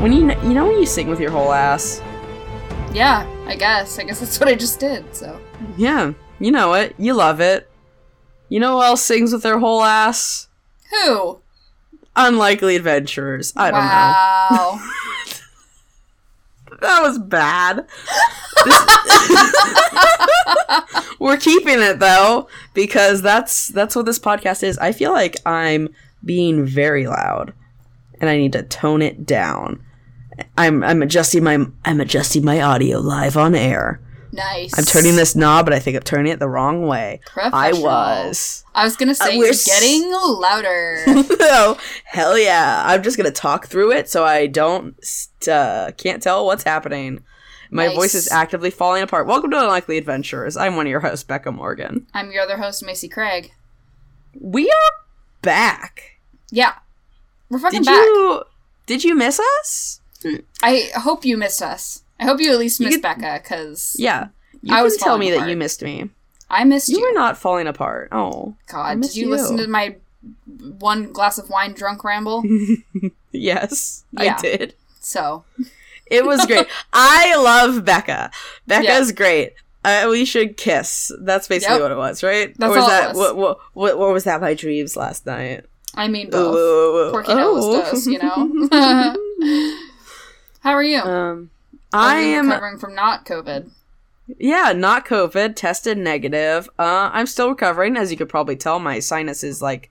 When you kn- you know when you sing with your whole ass. Yeah, I guess. I guess that's what I just did, so. Yeah, you know it. You love it. You know who else sings with their whole ass? Who? Unlikely adventurers. I don't wow. know. That was bad. This- We're keeping it though because that's that's what this podcast is. I feel like I'm being very loud and I need to tone it down. I'm I'm adjusting my I'm adjusting my audio live on air. nice. I'm turning this knob, but I think I'm turning it the wrong way. I Professional. was. I was gonna Uh, say we're you're s- getting louder. so hell yeah i'm just gonna talk through it so i don't st- uh, can't tell what's happening my Nice. voice is actively falling apart welcome to unlikely adventurers i'm one of your hosts becca morgan I'm your other host, Macy Craig. we are back Yeah, we're fucking did back. you did you miss us I hope you missed us. I hope you at least You missed could- Becca, because yeah you I can was tell falling me that apart. you missed me I missed you. you were not falling apart oh I God, missed did you, you. listen to my one glass of wine drunk ramble? yes Yeah. i did so It was great. I love Becca. Becca's great. Uh, we should kiss. That's basically Yep. what it was, right? That's or was all it that was. What, what what what was that by dreams last night? I mean Ooh, both. ooh, Oh. ooh, ooh. Porky knows does, you know. How are you? um, I Are you am recovering from not COVID. yeah, not COVID, tested negative. Uh, I'm still recovering, as you could probably tell. My sinus is like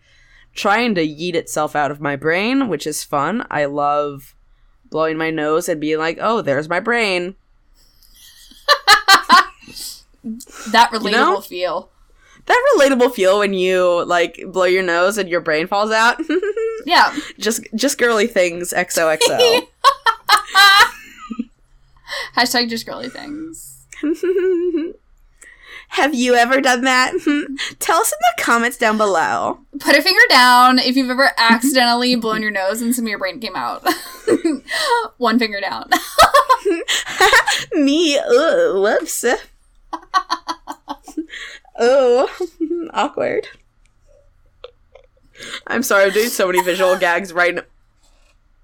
trying to yeet itself out of my brain, which is fun. I love blowing my nose and being like, "Oh, there's my brain." That relatable You know? feel. that relatable feel when you like blow your nose and your brain falls out. Yeah. just just girly things XOXO. Hashtag just girly things. Have you ever done that? Tell us in the comments down below. Put a finger down if you've ever Mm-hmm. accidentally blown your nose and some of your brain came out. One finger down. Me, oh, whoops. oh, awkward. I'm sorry, I'm doing so many visual gags right, n-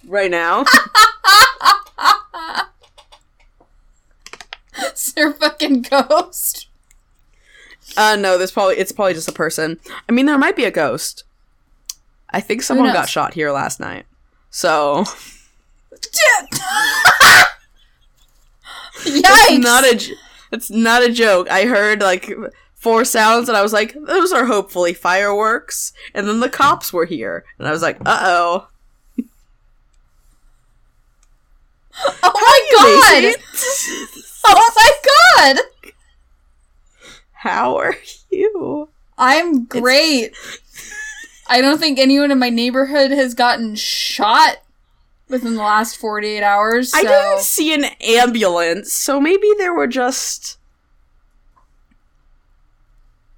right now. Sir fucking ghost. Uh, no, there's probably it's probably just a person. I mean, there might be a ghost. I think someone knows? got shot here last night. So Yikes! it's not a j- it's not a joke. I heard like four sounds, and I was like, "Those are hopefully fireworks." And then the cops were here, and I was like, "Uh oh." oh my god! Oh my god! How are you? I'm great. I don't think anyone in my neighborhood has gotten shot within the last 48 hours. So. I didn't see an ambulance, so maybe there were just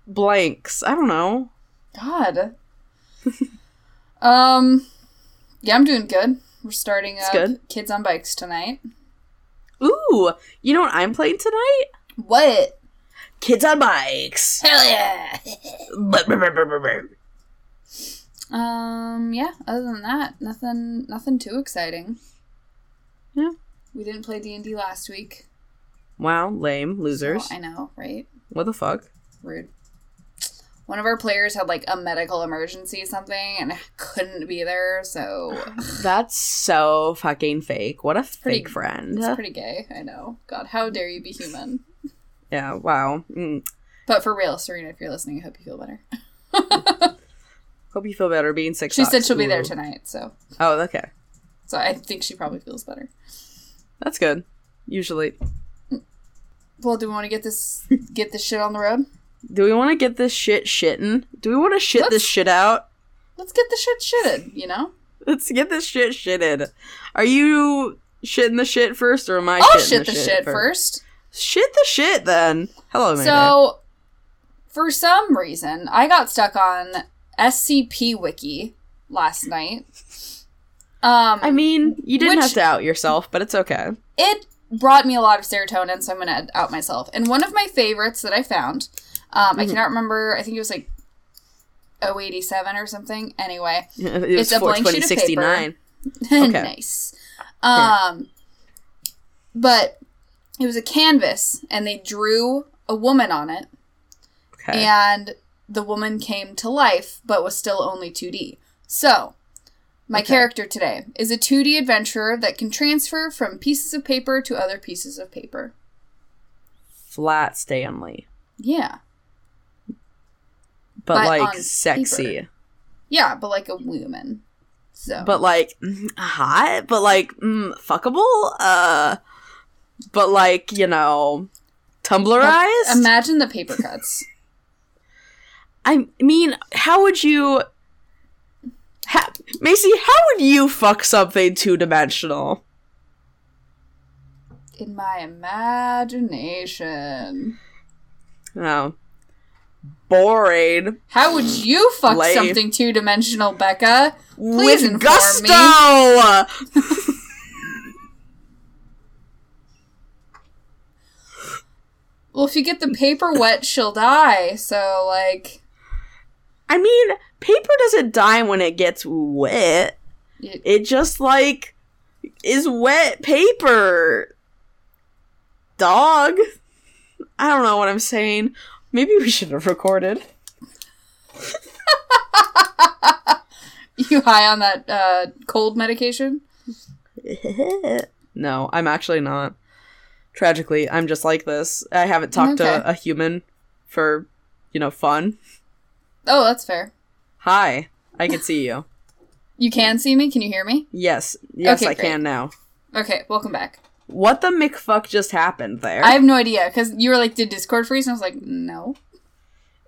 blanks. I don't know. God. um, yeah, I'm doing good. We're starting It's up good. Kids on Bikes tonight. Ooh, you know what I'm playing tonight? What? Kids on bikes. Hell yeah! Blah, blah, blah, blah, blah, blah. um, yeah. Other than that, nothing, nothing too exciting. Yeah. We didn't play D and D last week. Wow, lame losers. Oh, I know, right? What the fuck? Rude. One of our players had like a medical emergency, something, and couldn't be there, so That's so fucking fake. What a pretty- fake friend. it's pretty gay. I know. God, how dare you be human? yeah. Wow. Mm. But for real, Serena, if you're listening, I hope you feel better. Hope you feel better being sick. She said socks. she'll be there Ooh. tonight, so Oh, okay. so I think she probably feels better. That's good. Usually. Well, do we want to get this get this shit on the road? Do we want to get this shit shitting? Do we want to shit this Let's- shit out? Let's get the shit shitted. You know? Let's get this shit shitted. Are you shitting the shit first, or am I? I'll shitting shit the, shit first. Shit the shit then. Hello, Mayday. So, for some reason, I got stuck on SCP Wiki last night. Um, I mean, you didn't Which- have to out yourself, but it's okay. it brought me a lot of serotonin, so I'm gonna out myself. And one of my favorites that I found, um, I Mhm. cannot remember. I think it was like 087 or something. Anyway, It was It's a blank sheet of 42069. Okay. nice. Um, but it was a canvas, and they drew a woman on it, Okay. and the woman came to life, but was still only 2D. So, my Okay. character today is a 2D adventurer that can transfer from pieces of paper to other pieces of paper. Flat Stanley. Yeah. But, But on like paper. sexy. Yeah, but like a woman. So, But like mm, hot, but like mm, fuckable. Uh but like, you know, Tumblrized. imagine the paper cuts. I mean, how would you ha- Macy, how would you fuck something two-dimensional? In my imagination. Oh. Boring. How would you fuck Lay. something two dimensional, Becca? Please With inform gusto. Well, if you get the paper wet, she'll die. So, like, I mean, paper doesn't die when it gets wet. you- It just like is wet paper. Dog. I don't know what I'm saying. Maybe we should have recorded. you high on that uh, cold medication? no, I'm actually not. Tragically, I'm just like this. I haven't talked Okay. to a human for, you know, fun. Oh, that's fair. Hi, I can see you. You can see me. Can you hear me? Yes, yes, Okay, I can now. Okay, welcome back. What the McFuck just happened there? I have no idea because you were like, "Did Discord freeze?" And I was like, "No,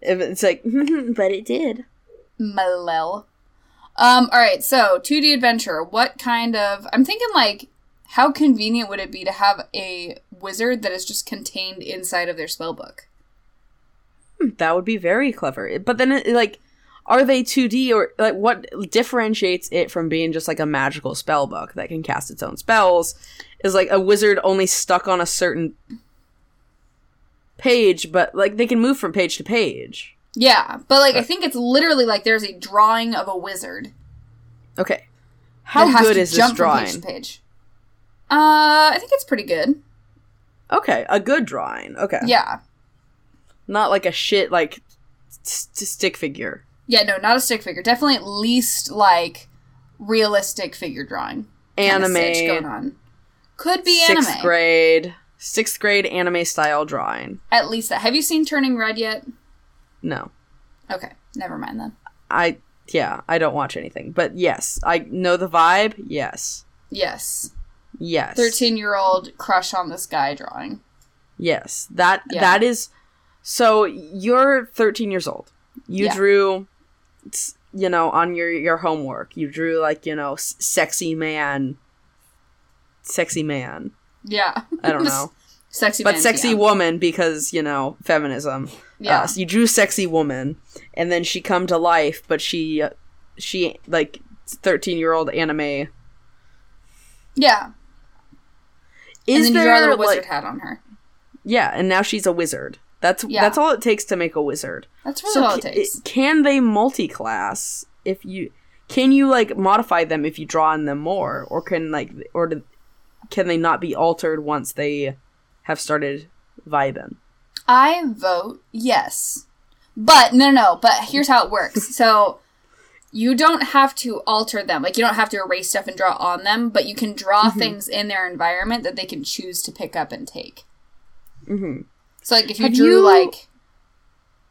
If it's like, but it did. Malel." Um. All right. So, 2D adventure. What kind of? I'm thinking like, how convenient would it be to have a wizard that is just contained inside of their spell book? That would be very clever. But then, it, like, are they 2D or like what differentiates it from being just like a magical spell book that can cast its own spells? Is like a wizard only stuck on a certain page, but like they can move from page to page. Yeah, but like, I think it's literally like there's a drawing of a wizard. Okay, how that has good to is this jump from page to drawing? page. Uh, I think it's pretty good. Okay, a good drawing. Okay, Yeah. not like a shit like st- stick figure. Yeah, no, not a stick figure. Definitely at least like realistic figure drawing. kinda Anime, sitch going on. Could be sixth anime. grade, sixth grade anime style drawing. At least that. Have you seen Turning Red yet? No, Okay, never mind then. I yeah, I don't watch anything, but yes, I know the vibe. Yes, Yes. yes, 13 year old crush on this guy drawing. Yes, that Yeah. that is. So you're 13 years old. You Yeah. drew, s- you know, on your your homework. You drew like you know, s- sexy man, sexy man. Yeah. I don't know, sexy but man sexy DM. woman because you know feminism. Yeah. Uh, so you drew sexy woman, and then she come to life, but she, uh, she like 13 year old anime. yeah. Is and then you draw a there little like wizard hat on her. yeah, and now she's a wizard. That's Yeah. that's all it takes to make a wizard. That's really so all it ca- takes. can they multi-class if you can you like modify them if you draw on them more or can like or do, can they not be altered once they have started vibing I vote yes. But no, no, no. But here's how it works. So you don't have to alter them. Like you don't have to erase stuff and draw on them, but you can draw Mm-hmm. things in their environment that they can choose to pick up and take. mm-hmm. So like if you Have drew you- like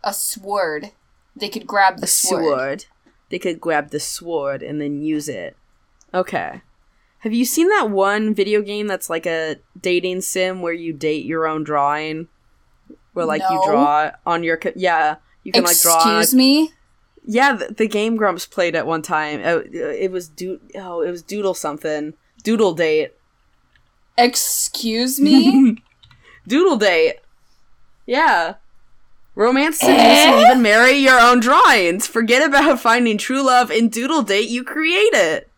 a sword, they could grab the a sword. sword. they could grab the sword and then use it okay have you seen that one video game that's like a dating sim where you date your own drawing where like No. you draw on your co- yeah you can Excuse like draw me. Yeah, the, the Game Grumps played at one time. Uh, It was do oh, it was Doodle something. Doodle date. Excuse me. Doodle date. Yeah. Romance Eh? seduce and even marry your own drawings. Forget about finding true love in Doodle date. You create it.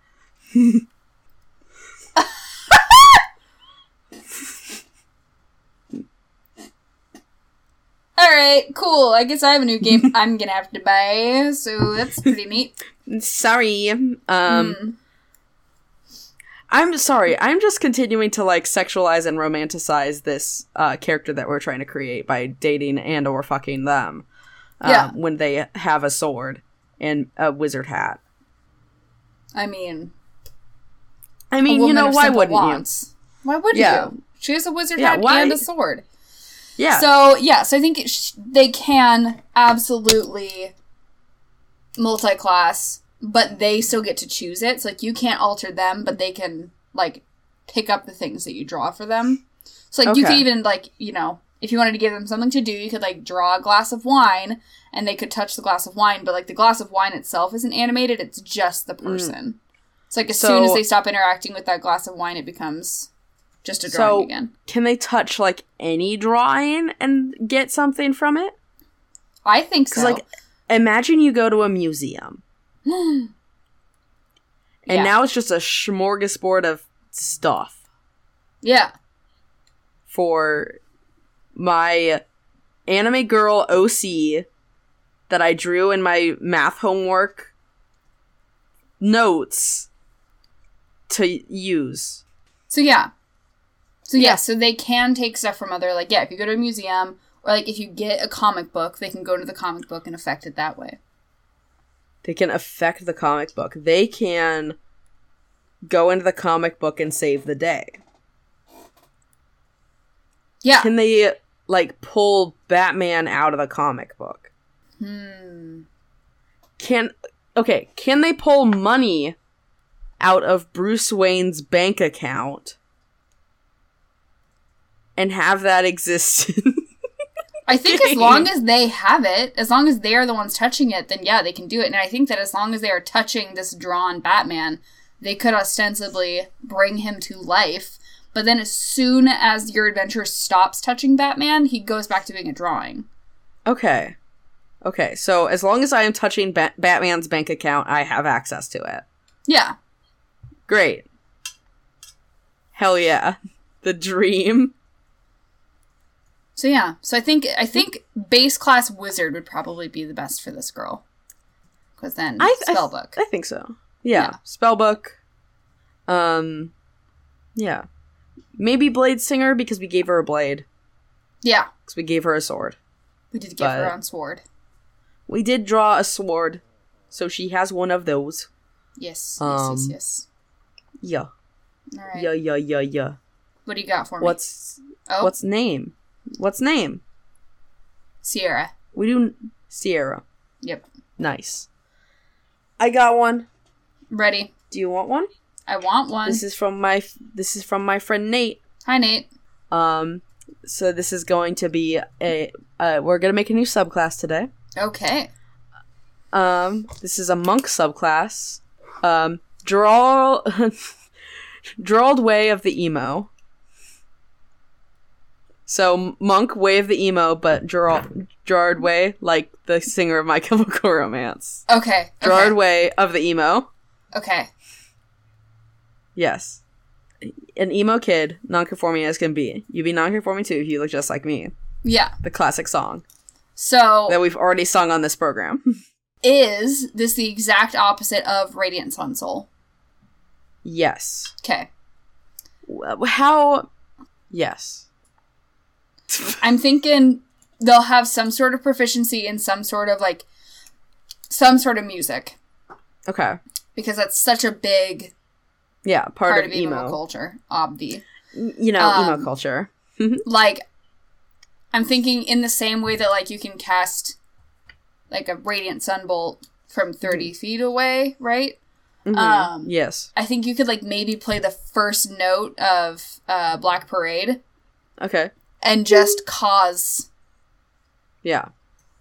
All right, cool. I guess I have a new game I'm gonna have to buy. So that's pretty neat. Sorry. Um, Mm. I'm sorry. I'm just continuing to like sexualize and romanticize this uh, character that we're trying to create by dating and or fucking them uh, Yeah. when they have a sword and a wizard hat. I mean, I a mean, you woman know, of why simple wouldn't wants. Why would Yeah. you? She has a wizard Yeah, hat why- and a sword. you? Yeah. So yeah, so I think it sh- they can absolutely multi-class, but they still get to choose it. So like you can't alter them, but they can like pick up the things that you draw for them. So like you could Okay. even like you know if you wanted to give them something to do, you could like draw a glass of wine, and they could touch the glass of wine. But like the glass of wine itself isn't animated; it's just the person. So like as soon Mm. So- as they stop interacting with that glass of wine, it becomes just a drawing So- again. Can they touch like any drawing and get something from it? I think so. Because like, imagine you go to a museum and Yeah. now it's just a smorgasbord of stuff yeah. for my anime girl OC that I drew in my math homework notes to use. So yeah. So yeah, Yeah. so they can take stuff from other like yeah, if you go to a museum or like if you get a comic book, they can go to the comic book and affect it that way. They can affect the comic book. They can go into the comic book and save the day. Yeah. Can they like pull Batman out of the comic book? Hmm. Can okay, can they pull money out of Bruce Wayne's bank account and have that exist? I think as long as they have it, as long as they are the ones touching it, then yeah, they can do it. And I think that as long as they are touching this drawn Batman, they could ostensibly bring him to life. But then as soon as your adventure stops touching Batman, he goes back to being a drawing. okay. Okay, so as long as I am touching ba- Batman's bank account, I have access to it. Yeah. Great. Hell yeah. The dream. So yeah, so I think Mm-hmm. I think base class wizard would probably be the best for this girl, because then I- I- spellbook. I think so. Yeah. Yeah. Spellbook. Um Yeah. Maybe Blade Singer because we gave her a blade. yeah, Because we gave her a sword. we did give her But- on sword. We did draw a sword. So she has one of those. Yes, Um, yes, yes, Yeah. yes. All right. Yeah, yeah, yeah, yeah. What do you got for me? What's oh, what's name? What's name? Sierra? We do Sierra. Yep. Nice. I got one. Ready? Do you want one? I want one. This is from my f- this is from my friend Nate. Hi, Nate. Um, so this is going to be a uh, we're gonna make a new subclass today. Okay. Um, this is a monk subclass. Um, draw drawled way of the emo. So monk way of the emo, but Gerard Gerard way like the singer of My Chemical Romance. Okay. Gerard Okay. way of the emo. okay. Yes. An emo kid, nonconforming as can be. You be nonconforming too if you look just like me. Yeah. The classic song. So that we've already sung on this program. is this the exact opposite of Radiant Sun Soul? yes. Okay. Wh- How? Yes. I'm thinking they'll have some sort of proficiency in some sort of like some sort of music Okay. because that's such a big Yeah. Part, part, of, of, emo. culture, obvi. Y- You know, Um, emo culture. Like I'm thinking in the same way that like you can cast like a radiant sunbolt from 30 Mm-hmm. feet away, right? Mhm. um, yes. I think you could like maybe play the first note of uh, Black Parade Okay. and just Mm-hmm. cause Yeah.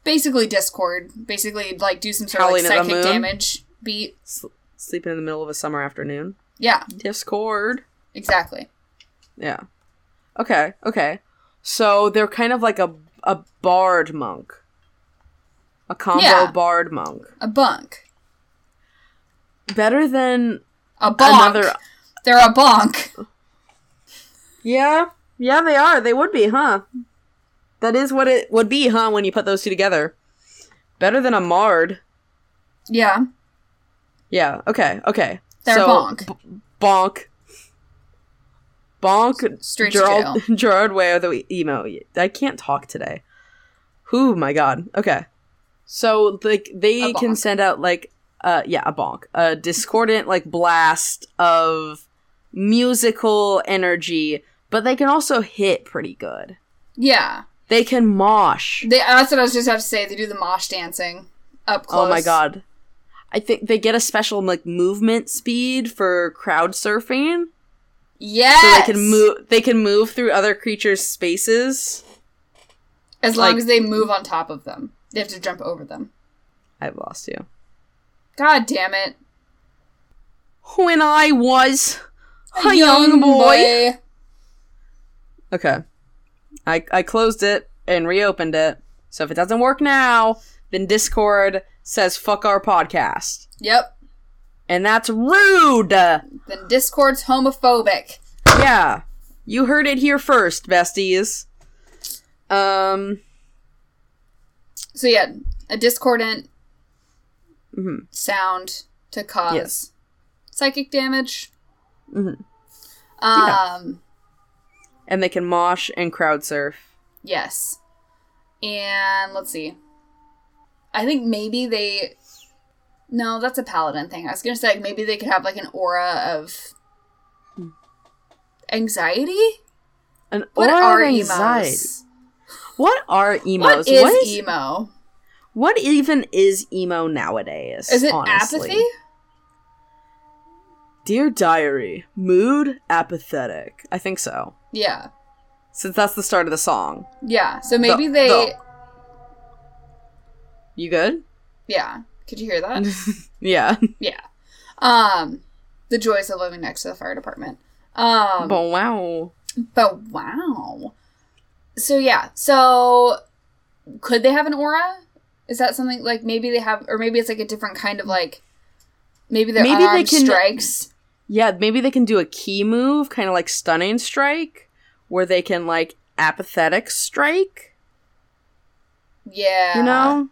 basically discord, basically like do some sort Howling of at the like, psychic moon? damage beat. S- sleeping in the middle of a summer afternoon. Yeah, Discord. exactly. Yeah. Okay. Okay. So they're kind of like a a bard monk. A combo Yeah. bard monk. A bunk. Better than A bonk. another. They're a bonk. Yeah. Yeah, they are. They would be, huh? That is what it would be, huh, when you put those two together. Better than a Mard. Yeah. Yeah, okay, okay. They're So, bonk. Bonk. bonk Straight to Gerald Gerard Way or the emo. I can't talk today. Who my god. Okay. So like they A can bonk. send out like uh yeah, a bonk. A discordant like blast of musical energy, but they can also hit pretty good. Yeah. They can mosh. They, that's what I was just about to say. They do the mosh dancing up close. Oh my god. I think they get a special like movement speed for crowd surfing. Yes. So they can move they can move through other creatures' spaces. As long like- as they move on top of them, they have to jump over them. I've lost you. God damn it. When I was a, A young, boy. Okay. I I closed it and reopened it. So if it doesn't work now, then Discord says fuck our podcast. Yep. And that's rude. Then Discord's homophobic. Yeah. You heard it here first, besties. Um So yeah, a discordant Mhm. sound to cause Yes. psychic damage. Mhm. Um. and they can mosh and crowd surf. Yes. And let's see. I think maybe they. No, that's a paladin thing. I was gonna say like, maybe they could have like an aura of anxiety. An What aura of are anxiety. emos? What are emos? What is, emo? What even is emo nowadays? Is it honestly? apathy? Dear diary, mood apathetic. I think so. Yeah, Since that's the start of the song. yeah. So maybe The- they. the- You good? Yeah. Could you hear that? Yeah. yeah. Um, the joys of living next to the fire department. Um, but wow. But wow. So yeah, so could they have an aura? Is that something like maybe they have, or maybe it's like a different kind of like, maybe their Maybe they unarmed can- strikes. Yeah, maybe they can do a key move, kind of like stunning strike, where they can like apathetic strike. Yeah, You know.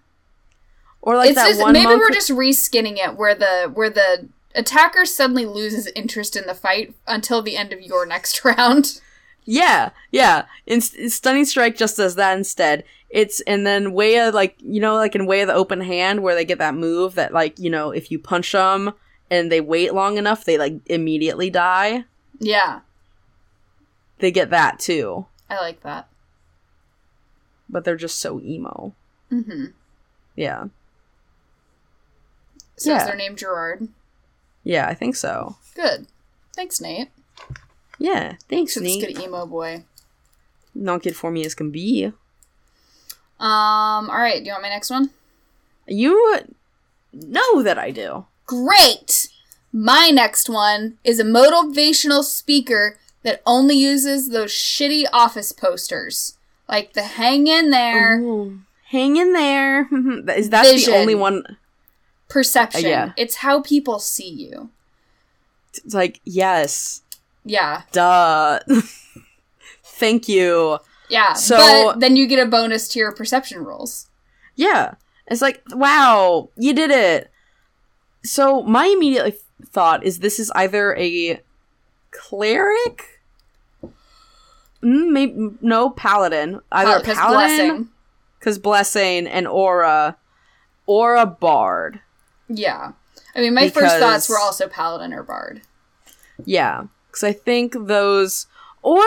Or like it's that just one. maybe monk- we're just reskinning it where the where the attacker suddenly loses interest in the fight until the end of your next round. Yeah, yeah. In- in Stunning Strike just does that instead. It's and then Way of like you know like in Way of the Open Hand where they get that move that like you know if you punch them and they wait long enough they like immediately die. Yeah, They get that too, I like that. but they're just so emo. hmm Yeah, So Yeah. is their name Gerard? yeah. I think so. Good. Thanks, Nate. Yeah. Thanks, Should Nate. good emo boy. Not good for me as can be. Um. All right. Do you want my next one? You know that I do. Great! My next one is a motivational speaker that only uses those shitty office posters. Like the hang in there, Ooh. Hang in there. Is that the Vision. only one? perception. Uh, yeah. It's how people see you. It's like yes. Yeah. duh. Thank you. Yeah. So- but then you get a bonus to your perception rolls. Yeah. It's like, wow, you did it. So my immediate like, thought is this is either a cleric? Mm, maybe, no, paladin. Either a Because paladin, because blessing. and aura, or a bard. Yeah. I mean, my first Because- thoughts were also paladin or bard. Yeah, because I think those, or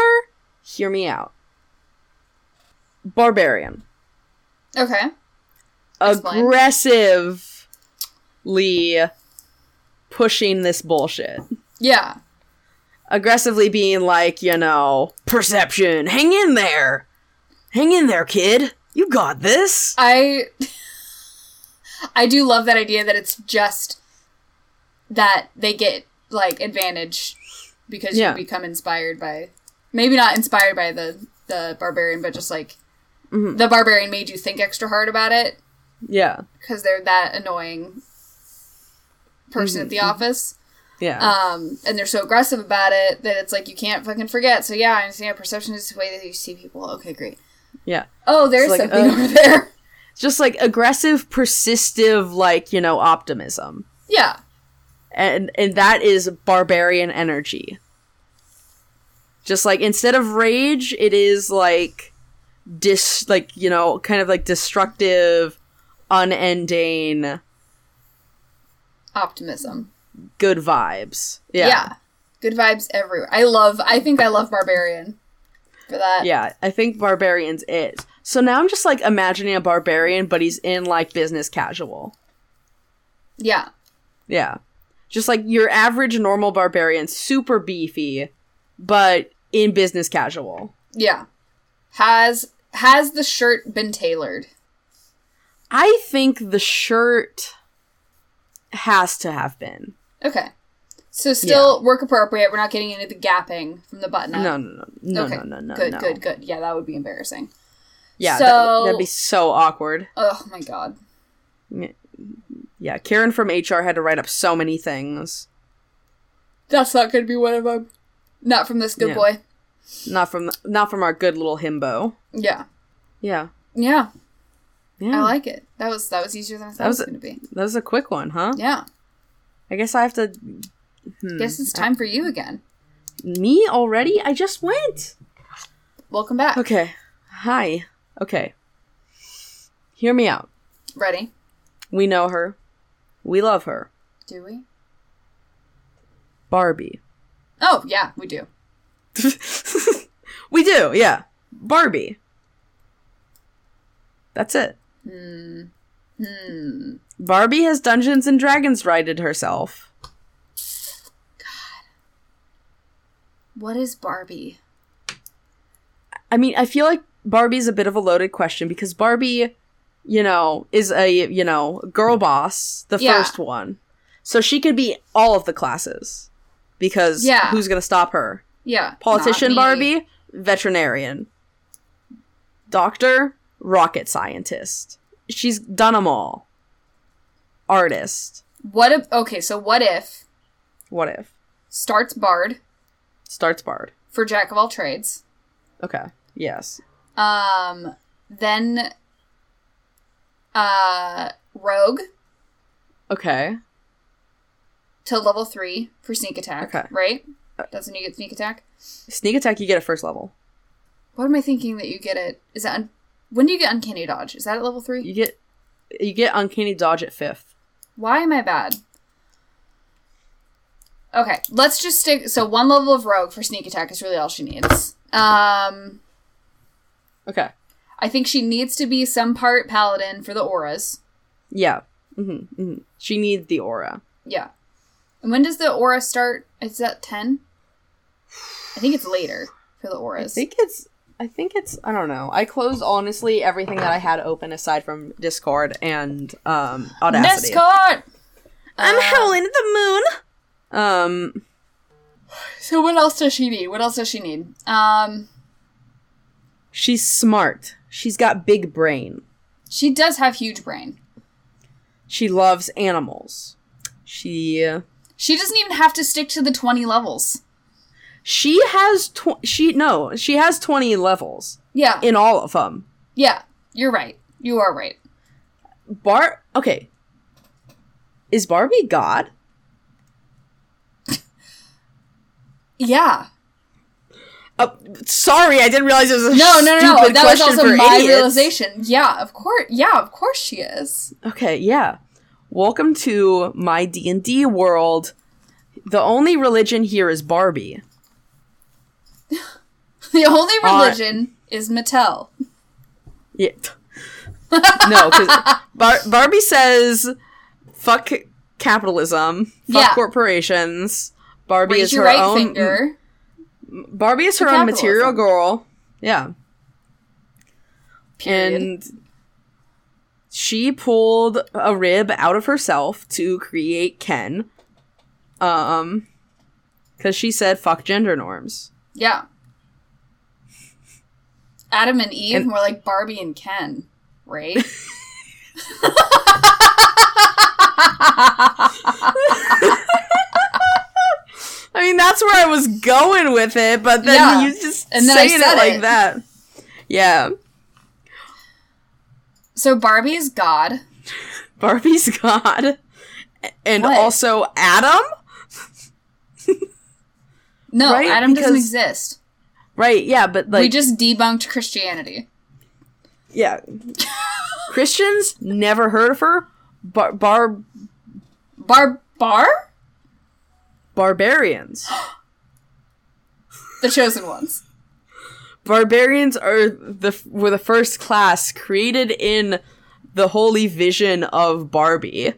hear me out, barbarian. Okay. Explain. aggressively pushing this bullshit. Yeah. Aggressively being like, you know, perception, hang in there. Hang in there, kid. You got this. I I do love that idea that it's just that they get like advantage because Yeah. you become inspired by maybe not inspired by the the barbarian but just like Mhm. the barbarian made you think extra hard about it Yeah. cuz they're that annoying person at the Mm-hmm. office Yeah. um and they're so aggressive about it that it's like you can't fucking forget so yeah I understand perception is the way that you see people okay great yeah. oh there's like, something uh, over there Just like aggressive, persistive, like, you know, optimism. yeah And and that is barbarian energy. Just like instead of rage, it is like dis like you know kind of like destructive, unending Optimism. good vibes. Yeah. Yeah. yeah. Good vibes everywhere. I love I think I love Barbarian for that. I think barbarian's it. So now I'm just like imagining a barbarian, but he's in like business casual. Yeah. Yeah. Just like your average normal barbarian, super beefy, but in business casual. Yeah. Has has the shirt been tailored? I think the shirt has to have been. Okay. So still work appropriate. We're not getting into the gapping from the button up. No, no, no, no, Okay. no, no, no. good, no. good, good. Yeah, that would be embarrassing. Yeah, So- that, would be so awkward. Oh my god. Yeah, Karen from HR had to write up so many things. That's not gonna be one of them. Not from this good Yeah. boy. Not from not from our good little himbo. Yeah. Yeah, Yeah. yeah. I like it. That was that was easier than I thought Hmm. That was it was a- gonna be. that was a quick one, huh? Yeah. I guess I have to. Hmm. Guess it's time for you again. Me already? I just went. Welcome back. Okay. Hi. Okay. Hear me out. Ready? We know her. We love her. Do we? Barbie. Oh yeah, we do. we do, yeah. Barbie. That's it. Hmm. Hmm. Barbie has Dungeons and Dragons righted herself. What is Barbie? I mean, I feel like Barbie's a bit of a loaded question because Barbie, you know, is a, you know, girl boss, the Yeah. first one. So she could be all of the classes because Yeah. who's going to stop her? Yeah. Politician not me. Barbie, veterinarian. Doctor, rocket scientist. She's done them all. Artist. What if? Okay, so what if What if? starts Bard Starts Bard. for jack of all trades? Okay. Yes. Um, then, uh, Rogue Okay. to level three for sneak attack. Okay. Right. That's when you get sneak attack. Sneak attack, you get at first level. What am I thinking that you get it? Is that un- when do you get uncanny dodge? Is that at level three? You get you get uncanny dodge at fifth. Why am I bad? Okay, let's just stick. So one level of rogue for sneak attack is really all she needs. Um, Okay. I think she needs to be some part paladin for the auras. Yeah. hmm hmm She needs the aura. Yeah. And when does the aura start? Is that ten? I think it's later for the I auras. think it's I think it's I don't know. I closed honestly everything that I had open aside from Discord and um Audacity. Discord. I'm Uh, howling at the moon. Um, So what else does she need? What else does she need? Um, she's smart. She's got big brain. she does have huge brain. She loves animals. She She doesn't even have to stick to the twenty levels. she has tw- she no she has twenty levels Yeah. in all of them. Yeah, you're right. You are right. Bar okay. Is Barbie God? Yeah. Uh, sorry, I didn't realize it was a No, no, no. no. stupid That was question also for my idiots. realization. Yeah, of course. Yeah, of course she is. Okay, yeah. Welcome to my D and D world. The only religion here is Barbie. The only Uh, religion is Mattel. Yeah. no, because Bar- Barbie says, "Fuck capitalism, fuck Yeah. corporations." Barbie Raise is her your right own. finger. Barbie is to her own material capitalism. girl. Yeah, Period. and she pulled a rib out of herself to create Ken. Um, because she said, "Fuck gender norms." yeah. Adam and Eve And- more like Barbie and Ken, right? I mean, that's where I was going with it, but then Yeah. you just And then I saying said it like it. that. Yeah. so Barbie is God. Barbie's God, a- and What? also Adam. No, Right, Adam doesn't because- exist. Right, yeah, but like we just debunked Christianity. yeah. Christians never heard of her. Bar- bar- Bar Bar? barbarians. The chosen ones. barbarians are the were the first class created in the holy vision of Barbie.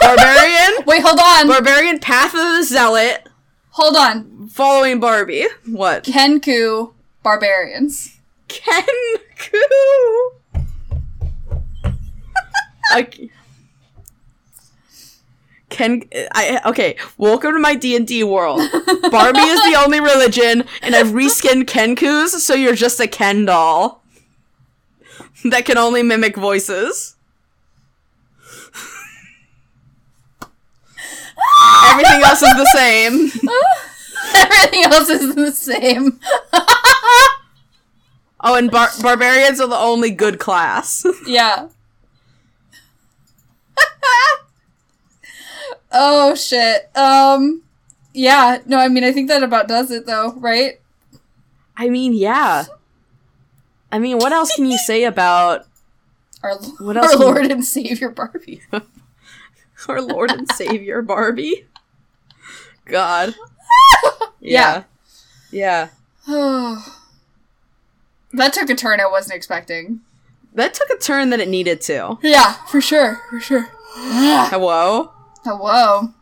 barbarian, Wait, hold on. barbarian path of the zealot, hold on. following Barbie. What? Kenku barbarians. Kenku. I- Ken, I okay. Welcome to my D and D world. Barbie is the only religion, and I've reskinned Kenkus, so you're just a Ken doll that can only mimic voices. Everything else is the same. Everything else is the same. Oh, and bar- barbarians are the only good class. Yeah. oh shit. Um yeah, no, I mean I think that about does it though, right? I mean, yeah. I mean, what else can you say about Our, What our else can- Lord and Savior Barbie. our Lord and Savior Barbie? God. Yeah. Yeah. Oh. That took a turn I wasn't expecting. That took a turn that it needed to. Yeah, for sure, for sure. oh, Hello? whoa.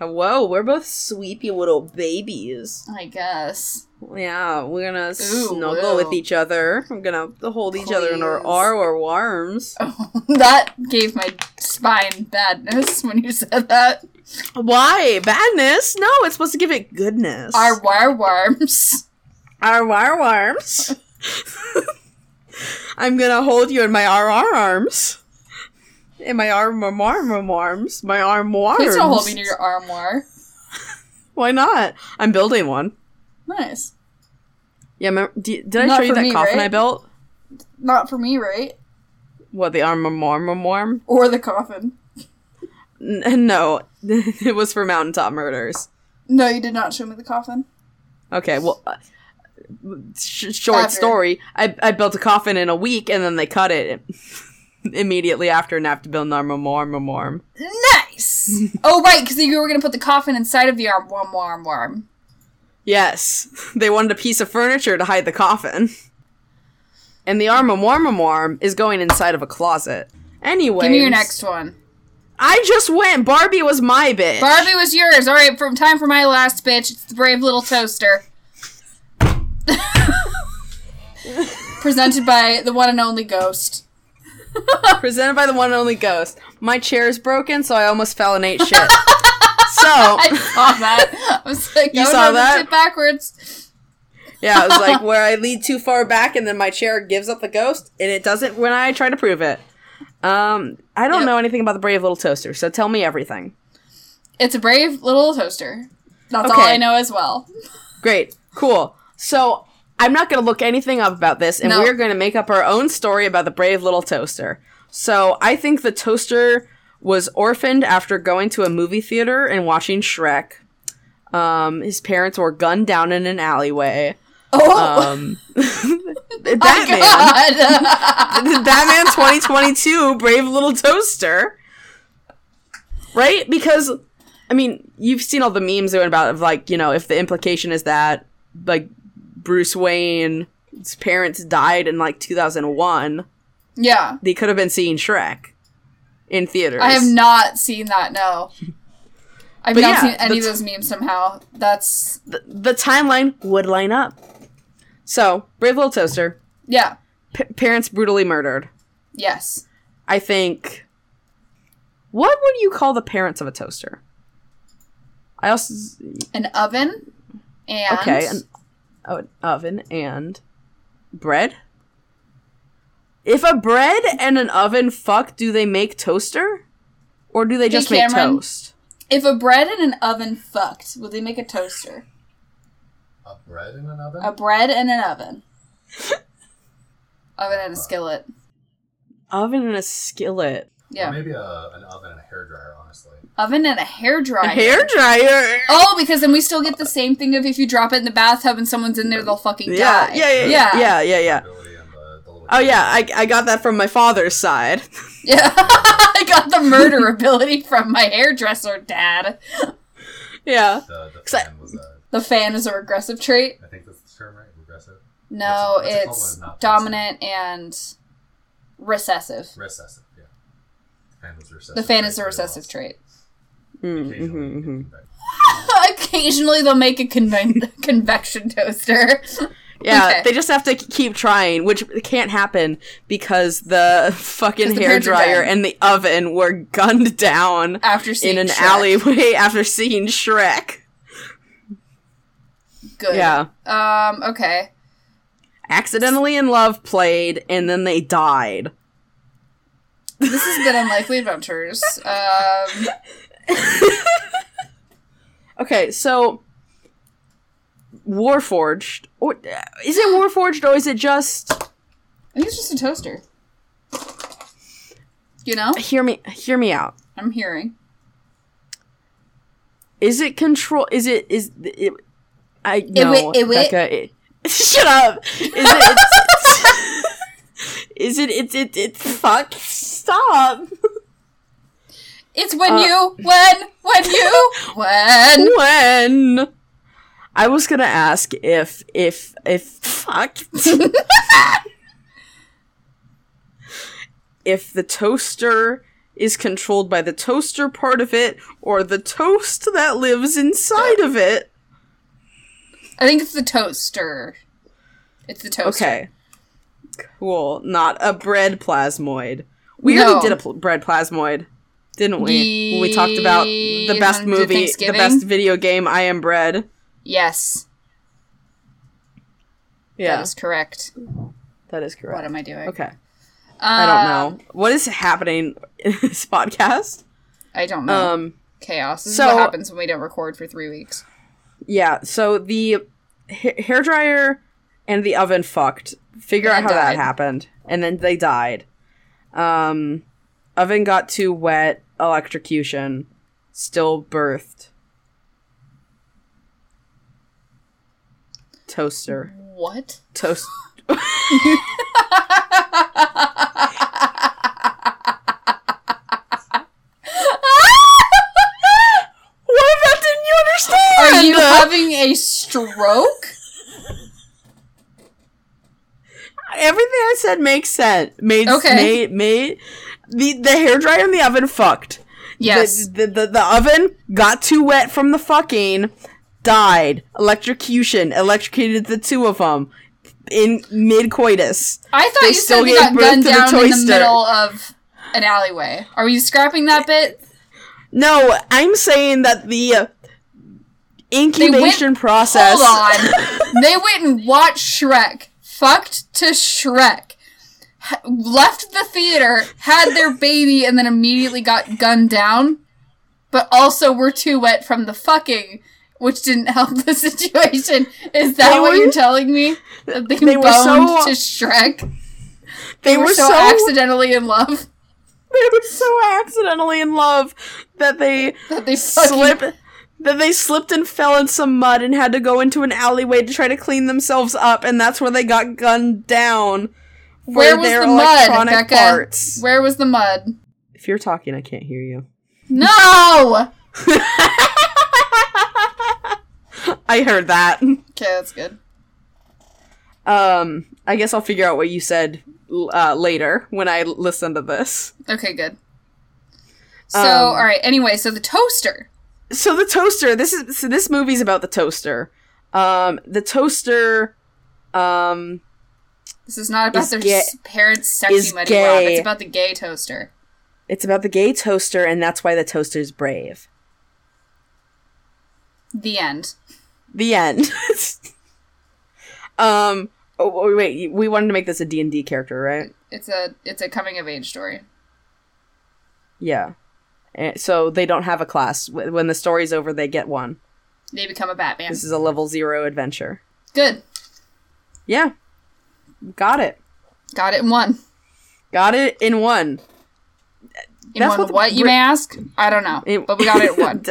Hello? We're both sleepy little babies. I guess. Yeah, we're gonna snuggle wow. with each other. We're gonna hold each other in our, Please. Oh. our arms. that gave my spine badness when you said that. Why? Badness? No, it's supposed to give it goodness. Our wire worms. Our war arms. I'm gonna hold you in my RR arms. In my arm arm arm arms. My arm arms. Please don't hold me near your armoire. Why not? I'm building one. Nice. Yeah, remember, d- did I Not show you for that me, coffin right? I built? Not for me, right? What the arm arm arm arm arm? Or the coffin. N- no, it was for mountaintop murders. No, you did not show me the coffin. Okay, well, uh, sh- short After. story. I I built a coffin in a week, and then they cut it immediately after, and I have to build an arm arm arm arm arm. Nice. oh right, because you were gonna put the coffin inside of the arm worm worm worm. Yes, they wanted a piece of furniture to hide the coffin. And the arm arm arm is going inside of a closet. Anyway, Give me your next one. I just went. Barbie was my bitch. Barbie was yours. All right, from time for my last bitch. It's the brave little toaster. Presented by the one and only ghost. presented by the one and only ghost. My chair is broken, so I almost fell and ate shit. so I saw that. I was like, You oh, saw no, that's that? it backwards. yeah, it was like where I lead too far back, and then my chair gives up the ghost, and it doesn't when I try to prove it. Um, I don't Yep. know anything about the brave little toaster, so tell me everything. It's a brave little toaster. That's all Okay. I know as well. Great. Cool. So I'm not going to look anything up about this, and No. we're going to make up our own story about the brave little toaster. So I think the toaster was orphaned after going to a movie theater and watching Shrek. Um, his parents were gunned down in an alleyway. Oh, Um, Batman, God. Batman 2022, brave little toaster, right? Because I mean, you've seen all the memes that went about of like, you know, if the implication is that like Bruce Wayne's parents died in like 2001, yeah. they could have been seeing Shrek in theaters. I have not seen that. No, I've But not yeah, seen any of that's- those memes. Somehow, that's the, the timeline would line up. So, brave little toaster, yeah, p- parents brutally murdered. yes, I think. What would you call the parents of a toaster? I also an oven and okay an, oh, an oven and bread. If a bread and an oven fuck, do they make toaster, or do they just make Cameron. toast? if a bread and an oven fucked, would they make a toaster? A bread in an oven? A bread and an oven, oven and a skillet. Oven and a skillet. Yeah. Or maybe a, an oven and a hairdryer, honestly. Oven and a hair A dryer. hair dryer. Oh, because then we still get the same thing of if you drop it in the bathtub and someone's in there, they'll fucking Yeah, die. yeah, yeah, yeah, yeah, yeah, yeah. Ability and the, the little Oh yeah, I, I got that from my father's side. Yeah. I got the murder ability from my hairdresser dad. yeah, The, the Cause I- fan was a, The fan is a regressive trait. I think that's the term, right? Regressive? No, That's- that's a it's problem, not- dominant and recessive. Recessive, yeah. The fan was a recessive. The fan trait is a for recessive loss. trait. mm, Occasionally mhm, you mhm. can back- Occasionally they'll make a conve- convection toaster. yeah. Okay. They just have to keep trying, which can't happen because the fucking 'Cause the hair parents are dryer dead. and the oven were gunned down After seeing in an Shrek. alleyway after seeing Shrek. Good. Yeah, Um. Okay. accidentally in love played, and then they died. This has been unlikely adventures. Um. Okay, so Warforged, or is it Warforged, or is it just? I think it's just a toaster. You know, Hear me, hear me out. I'm hearing. Is it control? Is it is it? I It no, wi- it wi- Becca. It, shut up. Is it? It's, is it? It's it, it. Fuck. Stop. It's when Uh, you, when, when you, when. When? I was gonna ask if if if fuck. if the toaster is controlled by the toaster part of it or the toast that lives inside of it. I think it's the toaster. It's the toaster. Okay. Cool. Not a bread plasmoid. We No. already did a pl- bread plasmoid, didn't we? When we talked about the Yes, best on the movie, the Thanksgiving. best video game, I Am Bread. Yes. Yeah, That is correct. that is correct. What am I doing? Okay. Um, I don't know. What is happening in this podcast? I don't know. Um Chaos. This so- is what happens when we don't record for three weeks. yeah, so the ha- hairdryer and the oven fucked. Figure out And how that died. happened. And then they died. Um oven got too wet, electrocution, still birthed. Toaster. What? Toast What about didn't you understand? Are you having a stroke? Everything I said makes sense. Made Okay. made made the the hairdryer and the oven fucked. Yes. The, the, the, the oven got too wet from the fucking, died. Electrocution electrocuted the two of them in mid coitus. I thought They you still said we gave got birth gunned to the down in the toaster. middle of an alleyway. Are you scrapping that bit? No, I'm saying that the uh, incubation process. Hold on. they went and watched Shrek. Fucked to Shrek. ha- Left the theater, had their baby, and then immediately got gunned down. But also were too wet from the fucking, which didn't help the situation. Is that They what were- you're telling me? That they, They were boned so- to Shrek. They, They were, so, accidentally in love They were so accidentally in love that they that they fucking slip. That they slipped and fell in some mud and had to go into an alleyway to try to clean themselves up, and that's where they got gunned down. for Where was their the mud, electronic Becca? parts. Where was the mud? If you're talking, I can't hear you. No. I heard that. Okay, that's good. Um, I guess I'll figure out what you said l- uh, later when I l- listen to this. Okay, good. So, Um, all right. Anyway, so the toaster. So the toaster. This is so this movie's about the toaster. Um, the toaster. Um, This is not about is their ga- s- parents' sexy is money lab. gay. It's about the gay toaster. it's about the gay toaster, and that's why the toaster's brave. The end. The end. um. Oh, oh, wait. We wanted to make this a D and D character, right? It's a it's a coming of age story. Yeah. And so they don't have a class. Wh- When the story's over, they get one. They become a Batman. This is a level zero adventure. Good. Yeah. Got it. Got it in one. Got it in one. In That's one what what, the you Brit- may ask? I don't know. It- but we got it at one.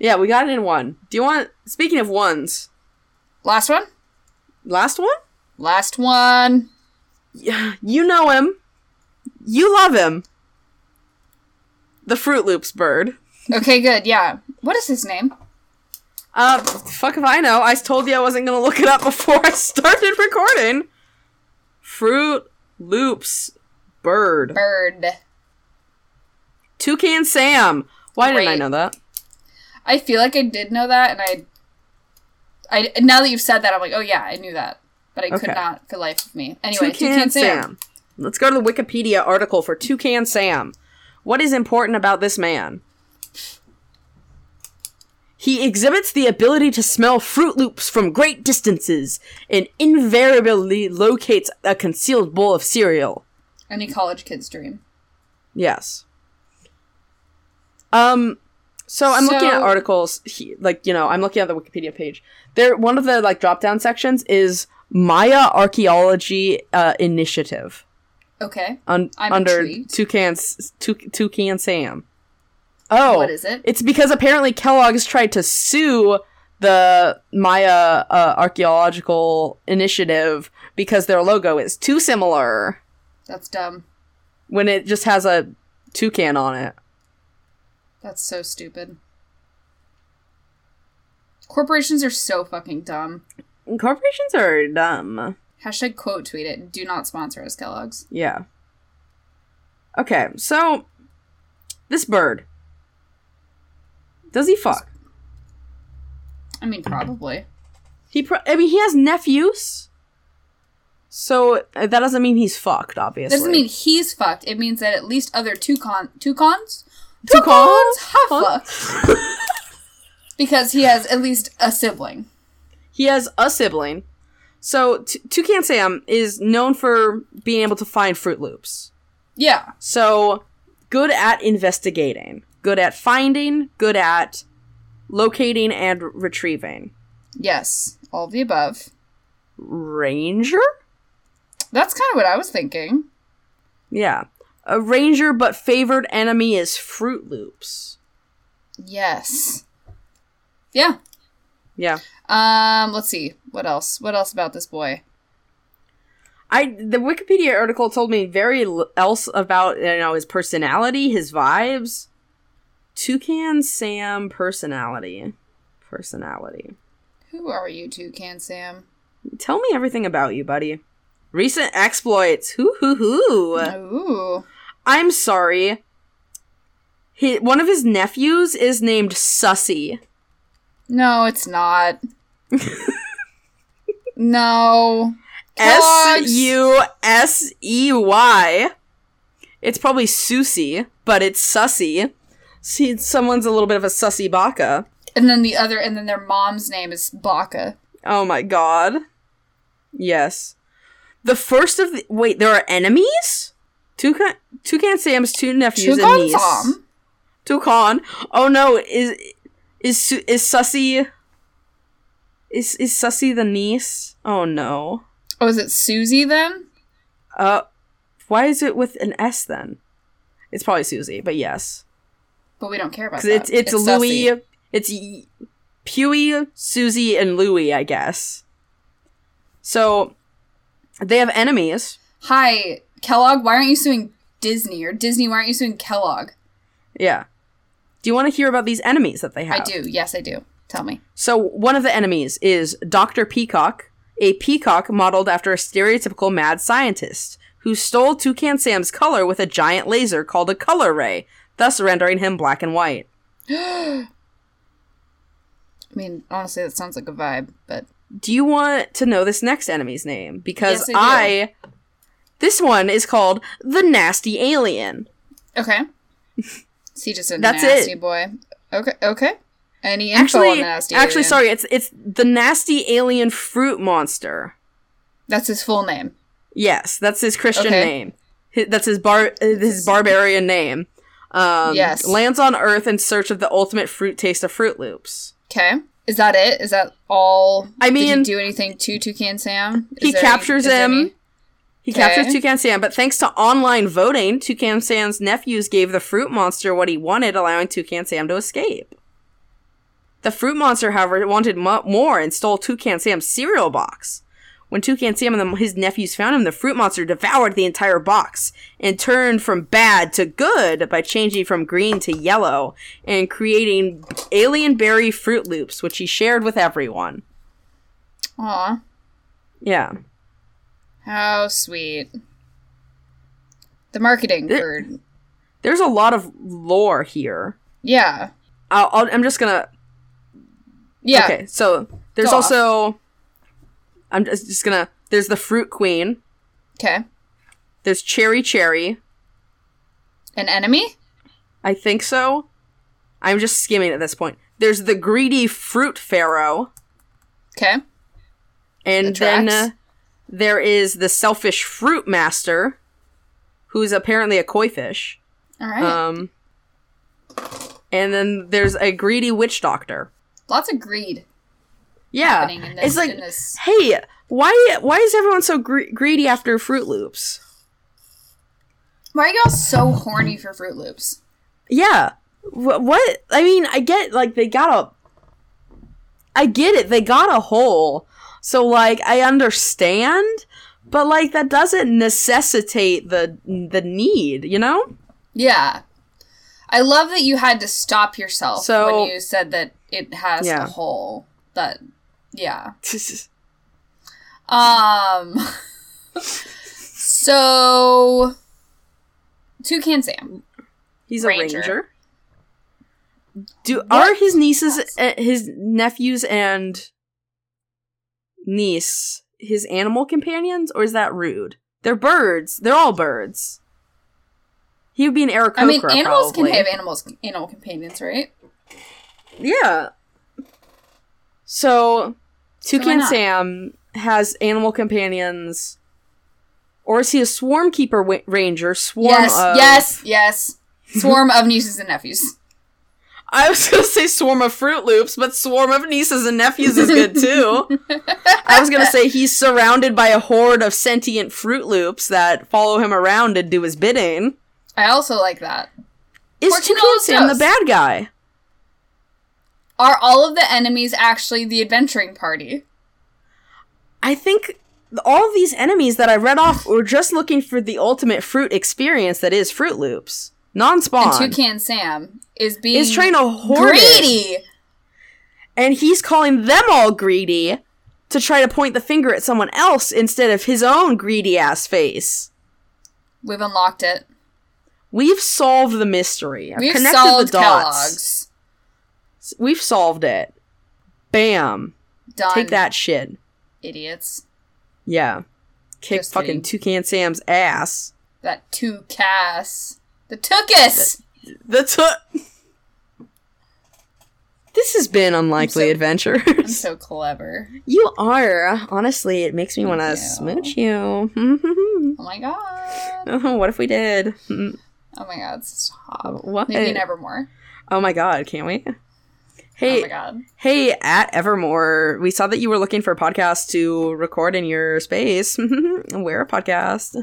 yeah, we got it in one. Do you want? Speaking of ones, Last one? last one. Last one. Yeah, you know him. You love him. The Fruit Loops bird. Okay, good. Yeah. What is his name? Uh, fuck if I know. I told you I wasn't gonna look it up before I started recording. Fruit Loops bird. Bird. Toucan Sam. Why didn't I Great. know that? I feel like I did know that, and I, I now that you've said that, I'm like, oh yeah, I knew that, but I Okay. could not for the life of me. Anyway, Toucan, Toucan Sam. Sam. Let's go to the Wikipedia article for Toucan Sam. What is important about this man? He exhibits the ability to smell Fruit Loops from great distances and invariably locates a concealed bowl of cereal. Any college kid's dream. Yes. Um so I'm looking at So- articles he, like you know, I'm looking at the Wikipedia page. There one of the like drop-down sections is Maya Archaeology uh, Initiative Okay. un- I'm under intrigued. Toucan's Tou- Toucan Sam. Oh, What is it? It's because apparently Kellogg's tried to sue the Maya uh, Archaeological Initiative because their logo is too similar That's dumb. when it just has a toucan on it. That's so stupid. Corporations are so fucking dumb. Corporations are dumb. Hashtag quote tweet it. Do not sponsor us, Kellogg's. Yeah. Okay, so this bird does he fuck? I mean, probably. He, pro- I mean, he has nephews, so uh, that doesn't mean he's fucked. Obviously, doesn't mean he's fucked. It means that at least other two con two cons Two two cons? cons have fucked because he has at least a sibling. he has a sibling. So T- Toucan Sam is known for being able to find Fruit Loops. Yeah, So good at investigating, good at finding, good at locating and retrieving. yes, all of the above. Ranger? That's kind of what I was thinking. Yeah. A ranger, but favored enemy is Fruit Loops. Yes, yeah. Yeah. Um, let's see what else. What else about this boy? I the Wikipedia article told me very l- else about you know his personality, his vibes. Toucan Sam personality, personality. Who are you, Toucan Sam? Tell me everything about you, buddy. Recent exploits. Hoo hoo hoo. Ooh, I'm sorry. He, one of his nephews is named Sussy. no, it's not. no, S Clogs. U S E Y. It's probably Susie, but it's Sussy. See, someone's a little bit of a sussy baka. and then the other, and then their mom's name is Baka. Oh my god. Yes. The first of the wait, there are enemies? Toucan Toucan Sam's two nephews and Toucan niece. Sam. Toucan. Oh no, is is Su- is Sussy is is Sussy the niece? Oh no. Oh, is it Susie then? Uh why is it with an S then? It's probably Susie, but yes. But we don't care about 'Cause it's that. it's, Louis, Sussy. it's y- Pewee, Susie, and Louis, I guess. So they have enemies. Hi, Kellogg. Why aren't you suing Disney or Disney? Why aren't you suing Kellogg? Yeah. Do you want to hear about these enemies that they have? I do. Yes, I do. Tell me. So one of the enemies is Dr. Peacock, a peacock modeled after a stereotypical mad scientist who stole Toucan Sam's color with a giant laser called a color ray, thus rendering him black and white. I mean, honestly, that sounds like a vibe, but Do you want to know this next enemy's name? Because Yes, I I, this one is called the Nasty Alien. okay. Is he just a That's nasty it. boy? Okay. Okay. Any info on Actually, nasty? actually, Alien? sorry, it's it's the Nasty Alien Fruit Monster. That's his full name. Yes, that's his Christian Okay. name. Hi- That's his bar uh, his barbarian name. Um, Yes. lands on Earth in search of the ultimate fruit taste of Fruit Loops. Okay. Is that it? Is that all? I Did he mean- do anything to Toucan Sam? Is He there captures is there him. any- He He Okay. captures Toucan Sam, but thanks to online voting, Toucan Sam's nephews gave the fruit monster what he wanted, allowing Toucan Sam to escape. The fruit monster, however, wanted mo- more and stole Toucan Sam's cereal box. When Toucan Sam and the, his nephews found him, the fruit monster devoured the entire box and turned from bad to good by changing from green to yellow and creating alien berry fruit loops, which he shared with everyone. Aw, Yeah. how sweet. The marketing Th- bird. There's a lot of lore here. Yeah. I'll, I'll, I'm just gonna. Yeah. Okay, so there's Go off. also. I'm just, just gonna. There's the fruit queen. Okay. There's cherry cherry. An enemy? I think so. I'm just skimming at this point. There's the greedy fruit pharaoh, Okay. and That then tracks. uh, there is the selfish fruit master, who's apparently a koi fish. All right. Um, and then there's a greedy witch doctor. Lots of greed Yeah, happening in this. it's like in this. Hey, why why is everyone so gre- greedy after Fruit Loops? Why are y'all so horny for Fruit Loops? Yeah. Wh- what? I mean, I get like they got a I get it. They got a hole. So like I understand, but like that doesn't necessitate the the need, you know? Yeah. I love that you had to stop yourself So- when you said that it has Yeah. a hole. That yeah. Um So Toucan Sam. He's Ranger. a ranger. Do What? are his nieces uh, his nephews and niece his animal companions or is that rude? They're birds. They're all birds. He would be an Aarakocra. I mean animals probably. can have animals animal companions, right? Yeah. So, Toucan not? Sam has animal companions, or is he a swarm keeper w- ranger? Swarm. yes, of- yes, yes. Swarm of nieces and nephews. I was gonna say swarm of Fruit Loops, but swarm of nieces and nephews is good too. I was gonna say he's surrounded by a horde of sentient Fruit Loops that follow him around and do his bidding. I also like that. Is Fortune Toucan always Sam the knows. bad guy? Are all of the enemies actually the adventuring party? I think all these enemies that I read off were just looking for the ultimate fruit experience that is Fruit Loops. Non And spawn Toucan Sam is being is trying to hoard it, greedy. and he's calling them all greedy to try to point the finger at someone else instead of his own greedy ass face. We've unlocked it. We've solved the mystery. I've We've connected solved the dots. Kellogg's. We've solved it. Bam. Done. Take that shit. idiots. Yeah. Kick Just fucking kidding. Toucan Sam's ass. That two Cass. The Tookus. The took. this has been unlikely so- adventures. I'm so clever. you are honestly. It makes me want to Thank smooch you. Oh my god. Oh, what if we did? Mm, Oh my god. Stop. What? Maybe nevermore. Oh my god, can't we? Hey, Oh my god. hey, at Evermore, we saw that you were looking for a podcast to record in your space. we're a podcast.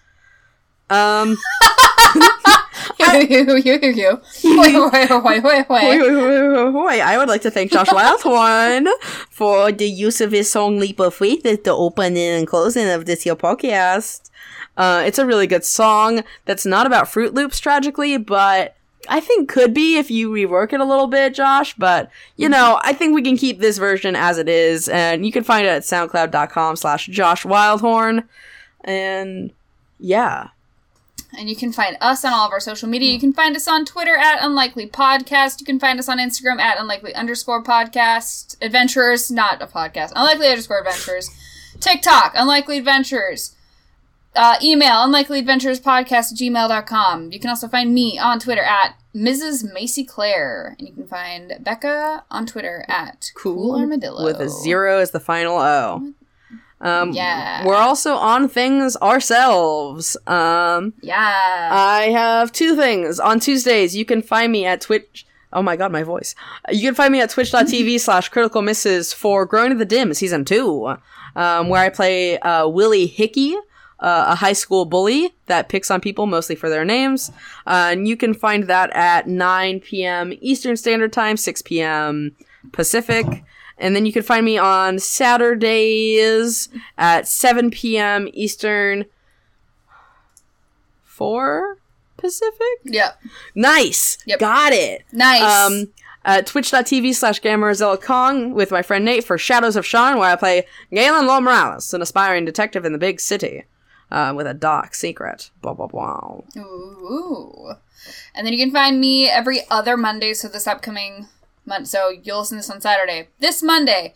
um. you, you, you, you, you. Hoi, hoi, Hoi, hoi, hoi, hoi. hoi, hoi, hoi, hoi. I would like to thank Josh Wildhorn for the use of his song Leap of Faith at the opening and closing of this here podcast. Uh, it's a really good song that's not about Fruit Loops, tragically, but I think could be if you rework it a little bit, Josh. But, you know, I think we can keep this version as it is. And you can find it at soundcloud.com slash Josh Wildhorn. And, yeah. And you can find us on all of our social media. You can find us on Twitter at Unlikely Podcast. You can find us on Instagram at Unlikely underscore podcast. Adventurers, not a podcast. Unlikely underscore adventures. TikTok, Unlikely Adventures. Uh, email, Unlikely Adventures Podcast at gmail.com. You can also find me on Twitter at Mrs. Macy Claire. And you can find Becca on Twitter at Cool, Armadillo. With a zero as the final O. Um, Yeah. We're also on things ourselves. Um, Yeah. I have two things. On Tuesdays, you can find me at Twitch. Oh my god, my voice. You can find me at twitch.tv slash critical misses for Growing to the Dim season two, um, where I play uh, Willie Hickey, uh, a high school bully that picks on people mostly for their names. Uh, and you can find that at 9 p.m. Eastern Standard Time, 6 p.m. Pacific. And then you can find me on Saturdays at 7 p.m. Eastern, 4 Pacific? Yep. Nice. Yep. Got it. Nice. Um, at twitch.tv slash Gamerzilla Kong with my friend Nate for Shadows of Sean, where I play Galen Lomorales, an aspiring detective in the big city uh, with a dark secret. Blah, blah, blah. Ooh. And then you can find me every other Monday, so this upcoming month. So you'll listen to this on Saturday. This Monday.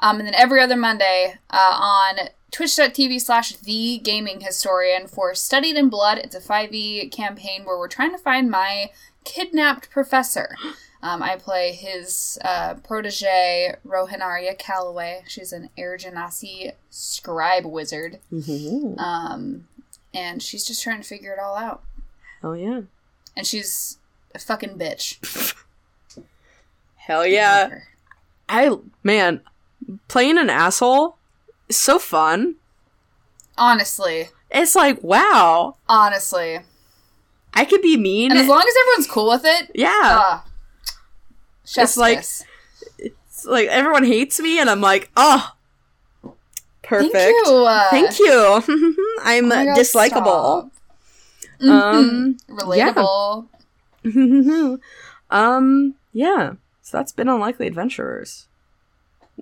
Um, and then every other Monday uh, on twitch.tv slash the gaming historian for Studied in Blood. It's a 5e campaign where we're trying to find my kidnapped professor. Um, I play his uh, protege, Rohanaria Calloway. She's an Air Genasi scribe wizard. Um, and she's just trying to figure it all out Hell yeah. and she's a fucking bitch. Hell yeah. I, man, playing an asshole is so fun. Honestly, It's like, wow, honestly, I could be mean. and as long as everyone's cool with it, yeah. ah, chef's It's like- kiss. It's like everyone hates me, and I'm like, oh, perfect. Thank you. uh, Thank you. I'm oh my God, dislikable. stop. Mhm. Um, Relatable. um, yeah. So that's been Unlikely Adventurers.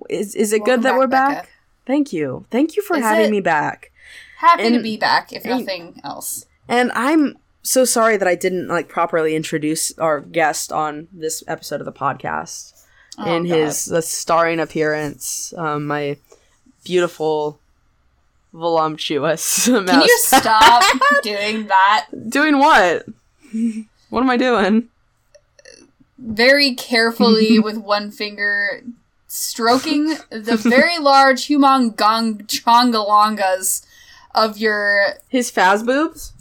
Is is it Welcome good that back, we're back? Becca. Thank you. Thank you for Is having it- me back. Happy to And- be back, if and- nothing else. And I'm so sorry that I didn't like properly introduce our guest on this episode of the podcast Oh, in God. his uh, starring appearance. Um, my beautiful, voluptuous mouse. Can you stop doing that? doing what? what am I doing? Very carefully with one finger. Stroking the very large humongong chongalongas of your His Faz boobs?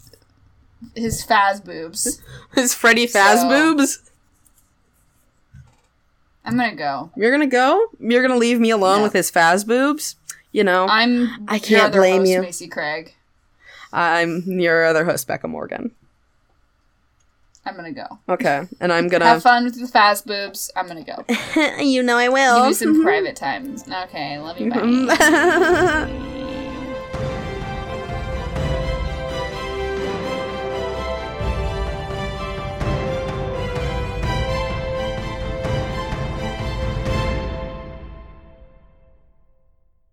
his faz boobs. His Freddy Faz So- boobs? I'm gonna go. You're gonna go? You're gonna leave me alone Yeah. with his Faz boobs? You know, I'm, I'm. I your can't other blame host, you. Macy Craig. your other host, Becca Morgan. I'm gonna go. Okay, and I'm gonna. Have fun with the fast boobs. I'm gonna go. you know I Give will. Mm-hmm. you some private time. Okay, love you. Bye. Bye.